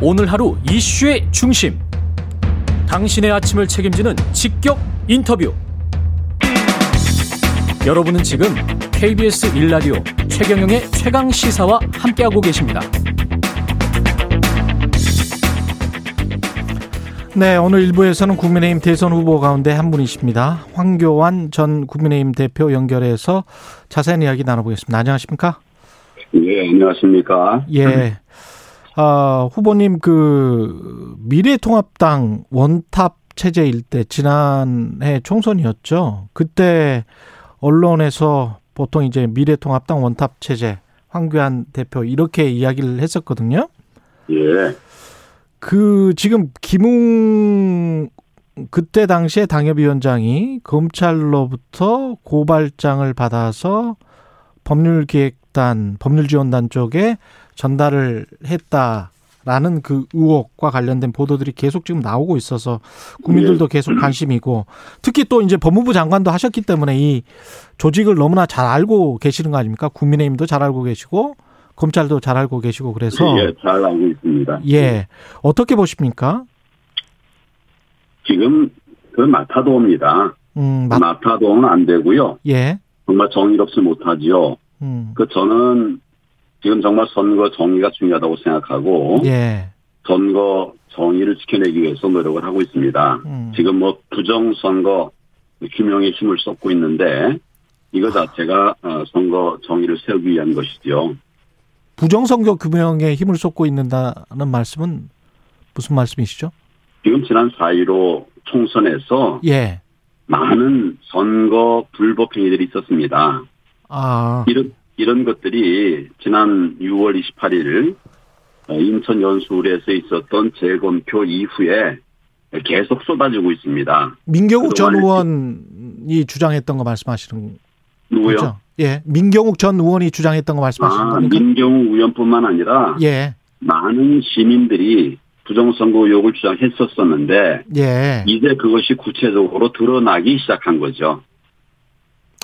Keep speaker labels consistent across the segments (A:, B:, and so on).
A: 오늘 하루 이슈의 중심. 당신의 아침을 책임지는 직격 인터뷰. 여러분은 지금 KBS 1라디오 최경영의 최강 시사와 함께하고 계십니다.
B: 네, 오늘 일부에서는 국민의힘 대선 후보 가운데 한 분이십니다. 황교안 전 국민의힘 대표 연결해서 자세한 이야기 나눠보겠습니다. 안녕하십니까?
C: 예, 안녕하십니까.
B: 예. 아, 후보님 그 미래통합당 원탑 체제일 때 지난해 총선이었죠. 그때 언론에서 보통 이제 미래통합당 원탑 체제 황교안 대표 이렇게 이야기를 했었거든요.
C: 예,
B: 그 지금 김웅 그때 당시에 당협위원장이 검찰로부터 고발장을 받아서 법률기획단 법률지원단 쪽에 전달을 했다라는 그 의혹과 관련된 보도들이 계속 지금 나오고 있어서 국민들도 계속 관심이고 특히 또 이제 법무부 장관도 하셨기 때문에 이 조직을 너무나 잘 알고 계시는 거 아닙니까? 국민의힘도 잘 알고 계시고 검찰도 잘 알고 계시고 그래서
C: 예, 잘 알고 있습니다.
B: 예. 어떻게 보십니까?
C: 지금 그 마타도입니다.
B: 음, 맞,
C: 그 마타도는 안 되고요.
B: 예.
C: 정말 정의롭지 못하지요.
B: 음,
C: 그 저는 지금 정말 선거 정의가 중요하다고 생각하고
B: 예.
C: 선거 정의를 지켜내기 위해서 노력을 하고 있습니다.
B: 음,
C: 지금 뭐 부정선거 규명에 힘을 쏟고 있는데
B: 아.
C: 이거 자체가 어, 선거 정의를 세우기 위한 것이죠.
B: 부정선거 규명에 힘을 쏟고 있는다는 말씀은 무슨 말씀이시죠?
C: 지금 지난 4.15 총선에서
B: 예.
C: 많은 선거 불법 행위들이 있었습니다.
B: 아,
C: 이런, 이런 것들이 지난 6월 28일 어, 인천 연수구에서 있었던 재검표 이후에 계속 쏟아지고 있습니다.
B: 민경욱 전
C: 그동안에-
B: 의원이 주장했던 거 말씀하시는
C: 누구요?
B: 거죠? 예. 민경욱 전 의원이 주장했던 거 말씀하시는
C: 아,
B: 겁니까?
C: 민경우 의원뿐만 아니라
B: 예.
C: 많은 시민들이 부정선거 의혹을 주장했었었는데
B: 예.
C: 이제 그것이 구체적으로 드러나기 시작한 거죠.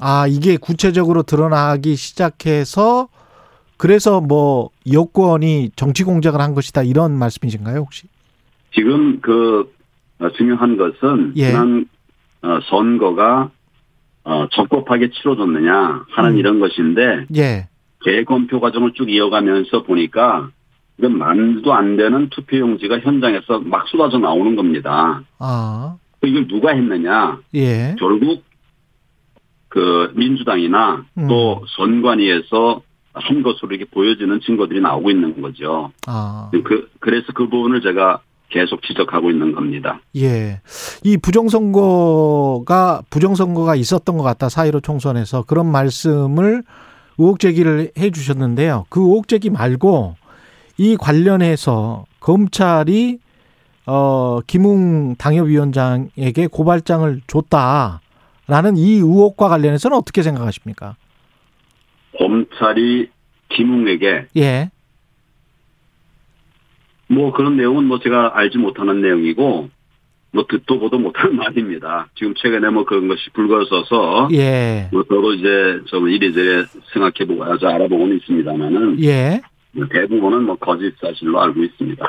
B: 아, 이게 구체적으로 드러나기 시작해서 그래서 뭐 여권이 정치 공작을 한 것이다 이런 말씀이신가요, 혹시?
C: 지금 그 어, 중요한 것은
B: 예.
C: 지난 어, 선거가 어, 적법하게 치러졌느냐 하는
B: 음.
C: 이런 것인데
B: 예.
C: 재검표 과정을 쭉 이어가면서 보니까 이건 말도 안 되는 투표용지가 현장에서 막 쏟아져 나오는 겁니다.
B: 아,
C: 이걸 누가 했느냐?
B: 예.
C: 결국 그 민주당이나
B: 음.
C: 또 선관위에서 한 것으로 이렇게 보여지는 증거들이 나오고 있는 거죠.
B: 아,
C: 그 그래서 그 부분을 제가 계속 지적하고 있는 겁니다.
B: 예. 이 부정선거가, 부정선거가 있었던 것 같다. 4.15 총선에서. 그런 말씀을 의혹 제기를 해 주셨는데요. 그 의혹 제기 말고 이 관련해서 검찰이 어, 김웅 당협위원장에게 고발장을 줬다라는 이 의혹과 관련해서는 어떻게 생각하십니까?
C: 검찰이 김웅에게
B: 예.
C: 뭐 그런 내용은 뭐 제가 알지 못하는 내용이고 뭐 듣도 보도 못하는 말입니다. 지금 최근에 뭐 그런 것이 불거져서
B: 예.
C: 뭐 서로 이제 좀 이래저래 생각해보고 아주 알아보고는 있습니다만은
B: 예.
C: 대부분은 뭐 거짓 사실로 알고 있습니다.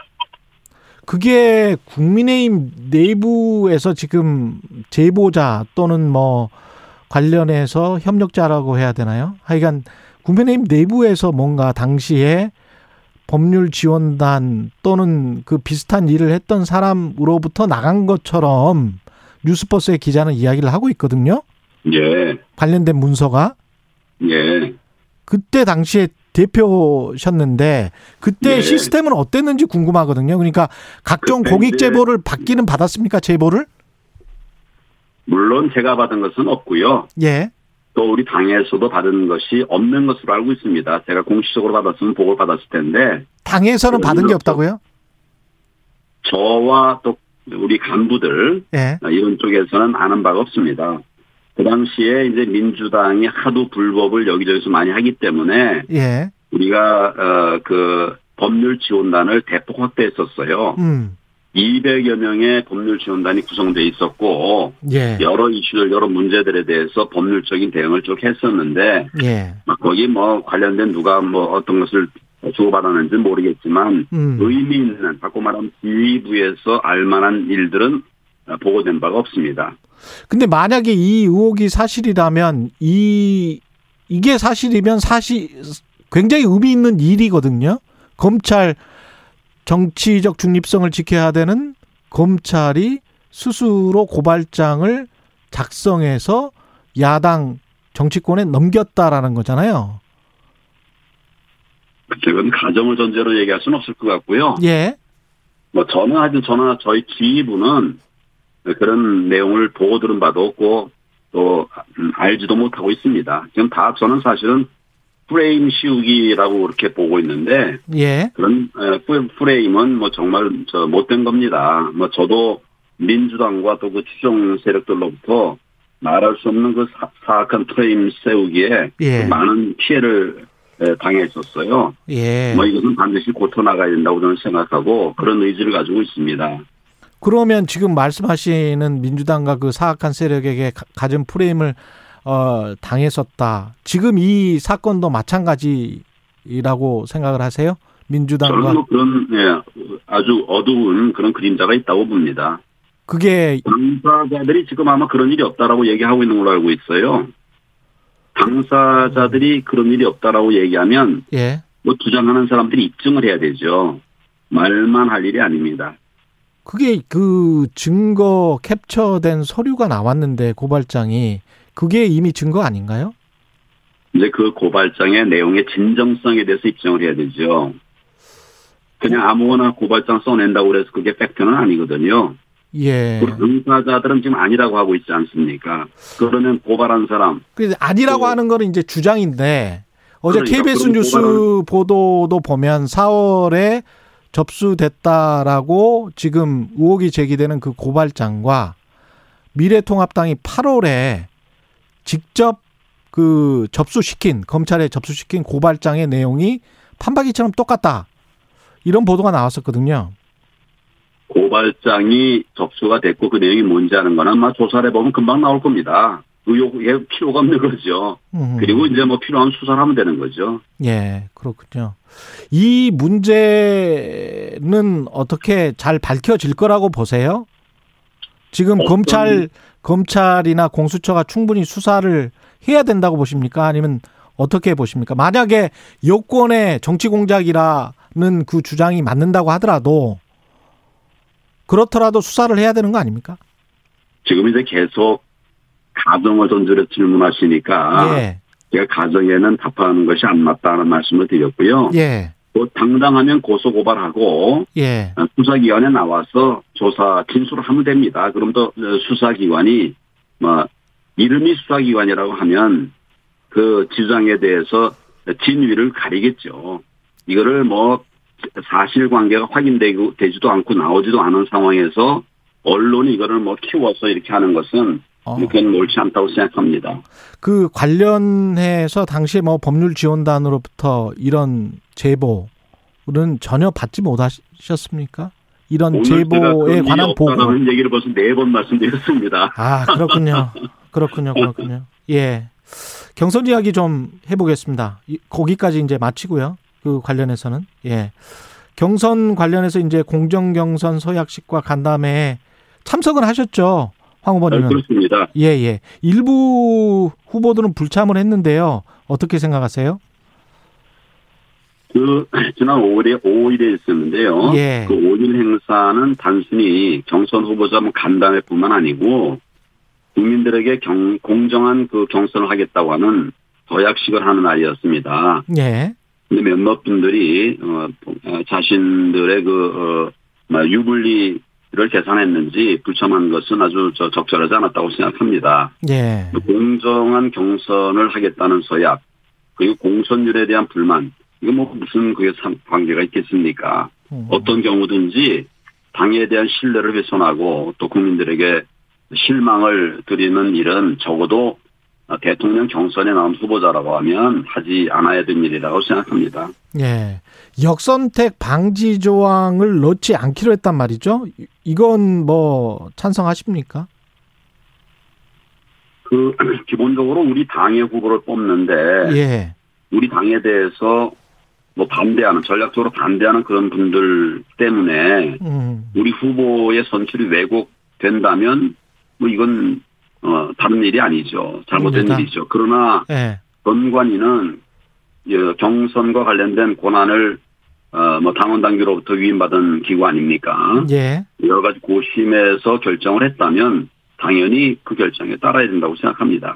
B: 그게 국민의힘 내부에서 지금 제보자 또는 뭐 관련해서 협력자라고 해야 되나요? 하여간 국민의힘 내부에서 뭔가 당시에 법률 지원단 또는 그 비슷한 일을 했던 사람으로부터 나간 것처럼 뉴스버스의 기자는 이야기를 하고 있거든요.
C: 예,
B: 관련된 문서가
C: 예.
B: 그때 당시에 대표셨는데 그때
C: 예.
B: 시스템은 어땠는지 궁금하거든요. 그러니까 각종
C: 그때
B: 공익
C: 이제-
B: 제보를 받기는 받았습니까? 제보를?
C: 물론 제가 받은 것은 없고요.
B: 예.
C: 또 우리 당에서도 받은 것이 없는 것으로 알고 있습니다. 제가 공식적으로 받았으면 보고를 받았을 텐데
B: 당에서는 받은
C: 그렇죠.
B: 게 없다고요?
C: 저와 또 우리 간부들
B: 예.
C: 아, 이런 쪽에서는 아는 바가 없습니다. 그 당시에 이제 민주당이 하도 불법을 여기저기서 많이 하기 때문에
B: 예.
C: 우리가 어, 그 법률 지원단을 대폭 확대했었어요.
B: 음.
C: 200여 명의 법률 지원단이 구성돼 있었고
B: 예.
C: 여러 이슈들 여러 문제들에 대해서 법률적인 대응을 쭉 했었는데
B: 예.
C: 막 거기 뭐 관련된 누가 뭐 어떤 것을 주고받았는지 모르겠지만
B: 음.
C: 의미 있는 바꿔 말하면 지휘부에서 알만한 일들은 어, 보고된 바가 없습니다.
B: 근데 만약에 이 의혹이 사실이라면 이 이게 사실이면 사실 굉장히 의미 있는 일이거든요. 검찰 정치적 중립성을 지켜야 되는 검찰이 스스로 고발장을 작성해서 야당 정치권에 넘겼다라는 거잖아요.
C: 그건 가정을 전제로 얘기할 수는 없을 것 같고요.
B: 예.
C: 뭐 저는 아직 저나 저희 지휘부는 그런 내용을 보고 들은 바도 없고 또 음, 알지도 못하고 있습니다. 지금 다 저는 사실은 프레임 씌우기라고 그렇게 보고 있는데
B: 예.
C: 그런 에, 프레- 프레임은 뭐 정말 저 못된 겁니다. 뭐 저도 민주당과 또 그 추종 세력들로부터 말할 수 없는 그 사- 사악한 프레임 세우기에
B: 예.
C: 많은 피해를 에, 당했었어요.
B: 예.
C: 뭐 이것은 반드시 고쳐 나가야 된다고 저는 생각하고 그런 의지를 가지고 있습니다.
B: 그러면 지금 말씀하시는 민주당과 그 사악한 세력에게 가- 가진 프레임을 어, 당했었다. 지금 이 사건도 마찬가지라고 생각을 하세요?
C: 저는
B: 민주당과
C: 뭐 그런 예, 아주 어두운 그런 그림자가 있다고 봅니다.
B: 그게
C: 당사자들이 지금 아마 그런 일이 없다라고 얘기하고 있는 걸로 알고 있어요. 당사자들이 그런 일이 없다라고 얘기하면
B: 예.
C: 뭐 주장하는 사람들이 입증을 해야 되죠. 말만 할 일이 아닙니다.
B: 그게 그 증거 캡처된 서류가 나왔는데 고발장이 그게 이미 증거 아닌가요?
C: 이제 그 고발장의 내용의 진정성에 대해서 입증을 해야 되죠. 그냥 아무거나 고발장 써낸다고 그래서 그게 팩트는 아니거든요.
B: 예.
C: 그 당사자들은 지금 아니라고 하고 있지 않습니까? 그러면 고발한 사람,
B: 그 아니라고
C: 또-
B: 하는 거는 이제 주장인데 어제
C: 네. 그러니까
B: KBS
C: 그런
B: 뉴스
C: 고발을-
B: 보도도 보면 4월에 접수됐다라고 지금 의혹이 제기되는 그 고발장과 미래통합당이 8월에 직접 그 접수시킨 검찰에 접수시킨 고발장의 내용이 판박이처럼 똑같다 이런 보도가 나왔었거든요.
C: 고발장이 접수가 됐고 그 내용이 뭔지 아는 거는 아마 조사를 해보면 금방 나올 겁니다. 의혹에 필요가 없는 거죠.
B: 음.
C: 그리고 이제 뭐 필요한 수사를 하면 되는 거죠.
B: 예, 그렇군요. 이 문제는 어떻게 잘 밝혀질 거라고 보세요? 지금
C: 어떤-
B: 검찰 검찰이나 공수처가 충분히 수사를 해야 된다고 보십니까? 아니면 어떻게 보십니까? 만약에 여권의 정치 공작이라는 그 주장이 맞는다고 하더라도 그렇더라도 수사를 해야 되는 거 아닙니까?
C: 지금 이제 계속 가정을 전제로 질문하시니까
B: 예,
C: 제가 가정에는 답하는 것이 안 맞다는 말씀을 드렸고요.
B: 예,
C: 또 당당하면 고소 고발하고
B: 예,
C: 수사기관에 나와서 조사 진술을 하면 됩니다. 그럼 또 어, 수사기관이 뭐 이름이 수사기관이라고 하면 그 지장에 대해서 진위를 가리겠죠. 이거를 뭐 사실관계가 확인되고 되지도 않고 나오지도 않은 상황에서 언론이 이거를 뭐 키워서 이렇게 하는 것은
B: 어.
C: 그건 옳지 않다고 생각합니다.
B: 그 관련해서 당시에 뭐 법률 지원단으로부터 이런 제보는 전혀 받지 못하셨습니까? 이런
C: 오늘 제가 그런
B: 제보에
C: 일이
B: 관한 보고.
C: 없다라는 얘기를 벌써 네 번 말씀드렸습니다.
B: 아, 그렇군요. 그렇군요. 그렇군요. 예. 경선 이야기 좀 해보겠습니다. 이- 거기까지 이제 마치고요. 그 관련해서는. 예. 경선 관련해서 이제 공정경선 서약식과 간담회에 참석은 하셨죠. 황 후보님은.
C: 그렇습니다.
B: 예, 예. 일부 후보들은 불참을 했는데요. 어떻게 생각하세요?
C: 그 지난 5일에 5일에 있었는데요.
B: 예.
C: 그 5일 행사는 단순히 경선 후보자 뭐 간담회뿐만 아니고 국민들에게 경- 공정한 그 경선을 하겠다고 하는 서약식을 하는 날이었습니다.
B: 예.
C: 근데 몇몇 분들이 어, 어, 자신들의 그 어, 뭐 유불리를 계산했는지 불참한 것은 아주 저 적절하지 않았다고 생각합니다.
B: 예.
C: 공정한 경선을 하겠다는 서약 그리고 공선율에 대한 불만 이거 뭐 무슨 그게 상- 관계가 있겠습니까?
B: 음.
C: 어떤 경우든지 당에 대한 신뢰를 훼손하고 또 국민들에게 실망을 드리는 일은 적어도 대통령 경선에 나온 후보자라고 하면 하지 않아야 될 일이라고 생각합니다.
B: 예. 역선택 방지 조항을 넣지 않기로 했단 말이죠. 이- 이건 뭐 찬성하십니까?
C: 그 네. 기본적으로 우리 당의 후보를 뽑는데
B: 예.
C: 우리 당에 대해서 뭐 반대하는 전략적으로 반대하는 그런 분들 때문에
B: 음.
C: 우리 후보의 선출이 왜곡된다면 뭐 이건 어 다른 일이 아니죠. 잘못된
B: 아닙니다.
C: 일이죠. 그러나
B: 예.
C: 권관위는 예, 경선과 관련된 권한을 어, 뭐 당원 단계로부터 위임받은 기구 아닙니까?
B: 예.
C: 여러 가지 고심해서 결정을 했다면 당연히 그 결정에 따라야 된다고 생각합니다.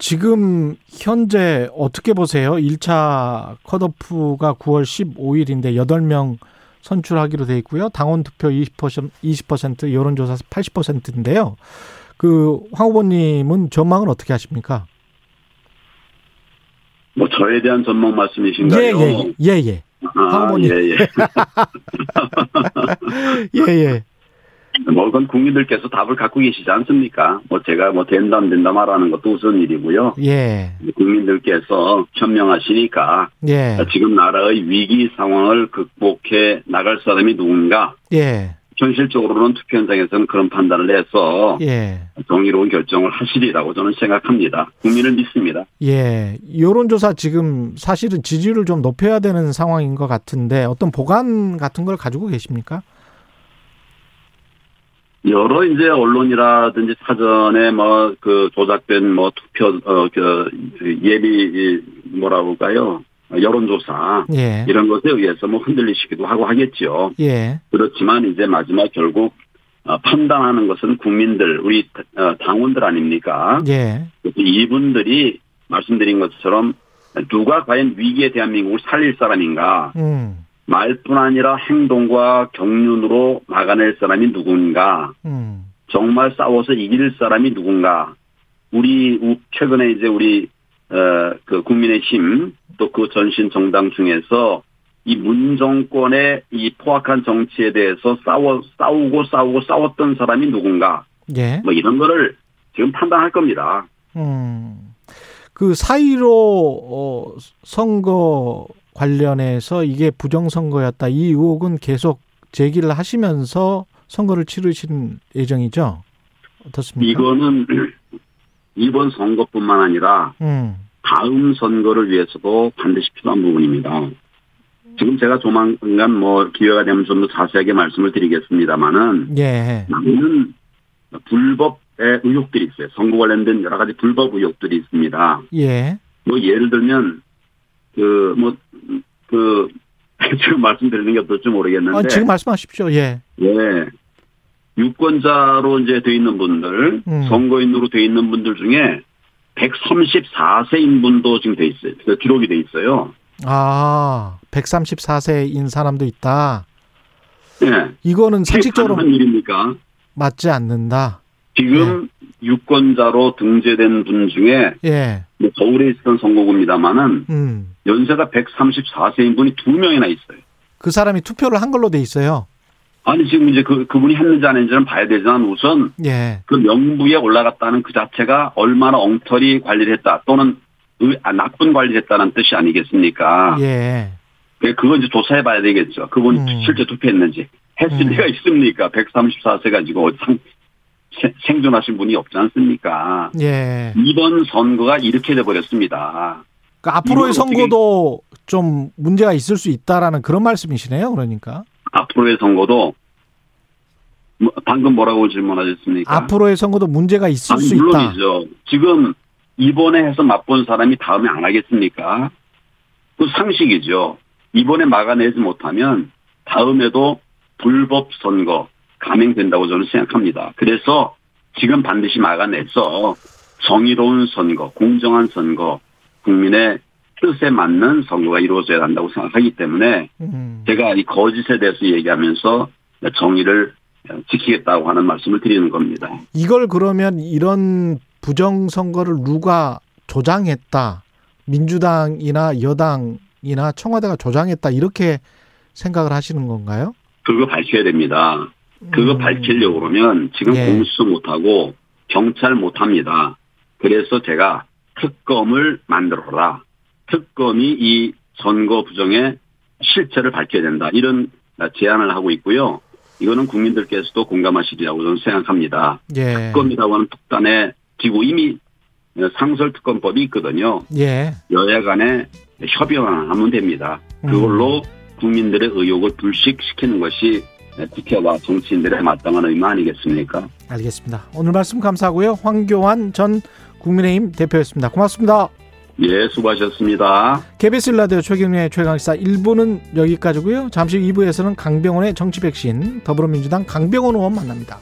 B: 지금 현재 어떻게 보세요? 1차 컷오프가 9월 15일인데 8명 선출하기로 돼 있고요. 당원 투표 20%, 20% 여론조사 80%인데요. 그 황 후보님은 전망은 어떻게 하십니까?
C: 뭐 저에 대한 전망 말씀이신가요?
B: 예예예 예, 예.
C: 아,
B: 하모니.
C: 예, 예.
B: 예, 예.
C: 뭐, 그건 국민들께서 답을 갖고 계시지 않습니까? 뭐, 제가 뭐, 된다, 안 된다 말하는 것도 우선 일이고요.
B: 예.
C: 국민들께서 천명하시니까,
B: 예.
C: 지금 나라의 위기 상황을 극복해 나갈 사람이 누군가,
B: 예.
C: 현실적으로는 투표 현장에서는 그런 판단을 해서,
B: 예.
C: 정의로운 결정을 하시리라고 저는 생각합니다. 국민을 믿습니다.
B: 예. 여론조사 지금 사실은 지지율을 좀 높여야 되는 상황인 것 같은데 어떤 보관 같은 걸 가지고 계십니까?
C: 여러 이제 언론이라든지 사전에 뭐 그 조작된 뭐 투표 어그 예비 이 뭐라고 할까요 여론조사
B: 예.
C: 이런 것에 의해서 뭐 흔들리시기도 하고 하겠지요.
B: 예.
C: 그렇지만 이제 마지막 결국 어, 판단하는 것은 국민들 우리 어, 당원들 아닙니까?
B: 예.
C: 그래서 이분들이 말씀드린 것처럼 누가 과연 위기에 대한민국을 살릴 사람인가
B: 음.
C: 말뿐 아니라 행동과 경륜으로 막아낼 사람이 누군가
B: 음.
C: 정말 싸워서 이길 사람이 누군가. 우리 우- 최근에 이제 우리 어, 그 국민의힘 또 그 전신 정당 중에서 이 문정권의 이 포악한 정치에 대해서 싸워 싸우고 싸우고 싸웠던 사람이 누군가
B: 예.
C: 뭐 이런 거를 지금 판단할 겁니다.
B: 음. 그 사이로 어, 선거 관련해서 이게 부정선거였다 이 의혹은 계속 제기를 하시면서 선거를 치르신 예정이죠? 어떻습니까?
C: 이거는 이번 선거뿐만 아니라
B: 음.
C: 다음 선거를 위해서도 반드시 필요한 부분입니다. 지금 제가 조만간 뭐 기회가 되면 좀 더 자세하게 말씀을 드리겠습니다만은
B: 예.
C: 많은 불법의 의혹들이 있어요. 선거 관련된 여러 가지 불법 의혹들이 있습니다.
B: 예.
C: 뭐 예를 들면 그 뭐 그 지금 말씀드리는 게 어떨지 모르겠는데
B: 아, 지금 말씀하십시오. 예.
C: 예 유권자로 이제 돼 있는 분들
B: 음.
C: 선거인으로 돼 있는 분들 중에 134세인 분도 지금 돼 있어요. 그 기록이 돼 있어요.
B: 아, 134세인 사람도 있다.
C: 예.
B: 이거는
C: 그게
B: 상식적으로
C: 가능한 일입니까?
B: 맞지 않는다.
C: 지금
B: 네.
C: 유권자로 등재된 분 중에
B: 예.
C: 뭐 서울에 있던 선거구입니다만은
B: 음.
C: 연세가 134세인 분이 두 명이나 있어요.
B: 그 사람이 투표를 한 걸로 돼 있어요.
C: 아니 지금 이제 그 그분이 했는지 안 했는지는 봐야 되지만 우선
B: 예.
C: 그 명부에 올라갔다는 그 자체가 얼마나 엉터리 관리를 했다 또는 의- 아, 나쁜 관리를 했다는 뜻이 아니겠습니까?
B: 예.
C: 그 그건 이제 조사해 봐야 되겠죠. 그분이
B: 음.
C: 실제 투표했는지 했을
B: 음.
C: 리가 있습니까? 134세 가지고 상- 생- 생존하신 분이 없지 않습니까?
B: 예.
C: 이번 선거가 이렇게 돼 버렸습니다.
B: 그 앞으로의
C: 이건 어떻게-
B: 선거도 좀 문제가 있을 수 있다라는 그런 말씀이시네요. 그러니까
C: 앞으로의 선거도 뭐- 방금 뭐라고 질문하셨습니까?
B: 앞으로의 선거도 문제가 있을
C: 그러니까. 아니,
B: 수 있다.
C: 물론이죠. 지금 이번에 해서 맛본 사람이 다음에 안 하겠습니까? 그 상식이죠. 이번에 막아내지 못하면 다음에도 불법 선거 감행된다고 저는 생각합니다. 그래서 지금 반드시 막아내서 정의로운 선거, 공정한 선거, 국민의 뜻에 맞는 선거가 이루어져야 한다고 생각하기 때문에
B: 음.
C: 제가 이 거짓에 대해서 얘기하면서 정의를 지키겠다고 하는 말씀을 드리는 겁니다.
B: 이걸 그러면 이런 부정 선거를 누가 조장했다, 민주당이나 여당이나 청와대가 조장했다 이렇게 생각을 하시는 건가요?
C: 그거 밝혀야 됩니다. 그거
B: 음.
C: 밝히려고 그러면 지금
B: 예.
C: 공수처 못하고 경찰 못합니다. 그래서 제가 특검을 만들어라. 특검이 이 선거 부정의 실체를 밝혀야 된다. 이런 제안을 하고 있고요. 이거는 국민들께서도 공감하시리라고 저는 생각합니다.
B: 예.
C: 특검이라고 하는 특단에 지고 이미 상설 특검법이 있거든요.
B: 예.
C: 여야 간에 협의하면 됩니다. 그걸로 국민들의 의혹을 불식시키는 것이 국회와 정치인들의 마땅한 의무 아니겠습니까?
B: 알겠습니다. 오늘 말씀 감사하고요. 황교안 전 국민의힘 대표였습니다. 고맙습니다.
C: 예, 수고하셨습니다.
B: KBS 일라디오 최경련의 최강시사 1부는 여기까지고요. 잠시 2부에서는 강병원의 정치 백신, 더불어민주당 강병원 의원 만납니다.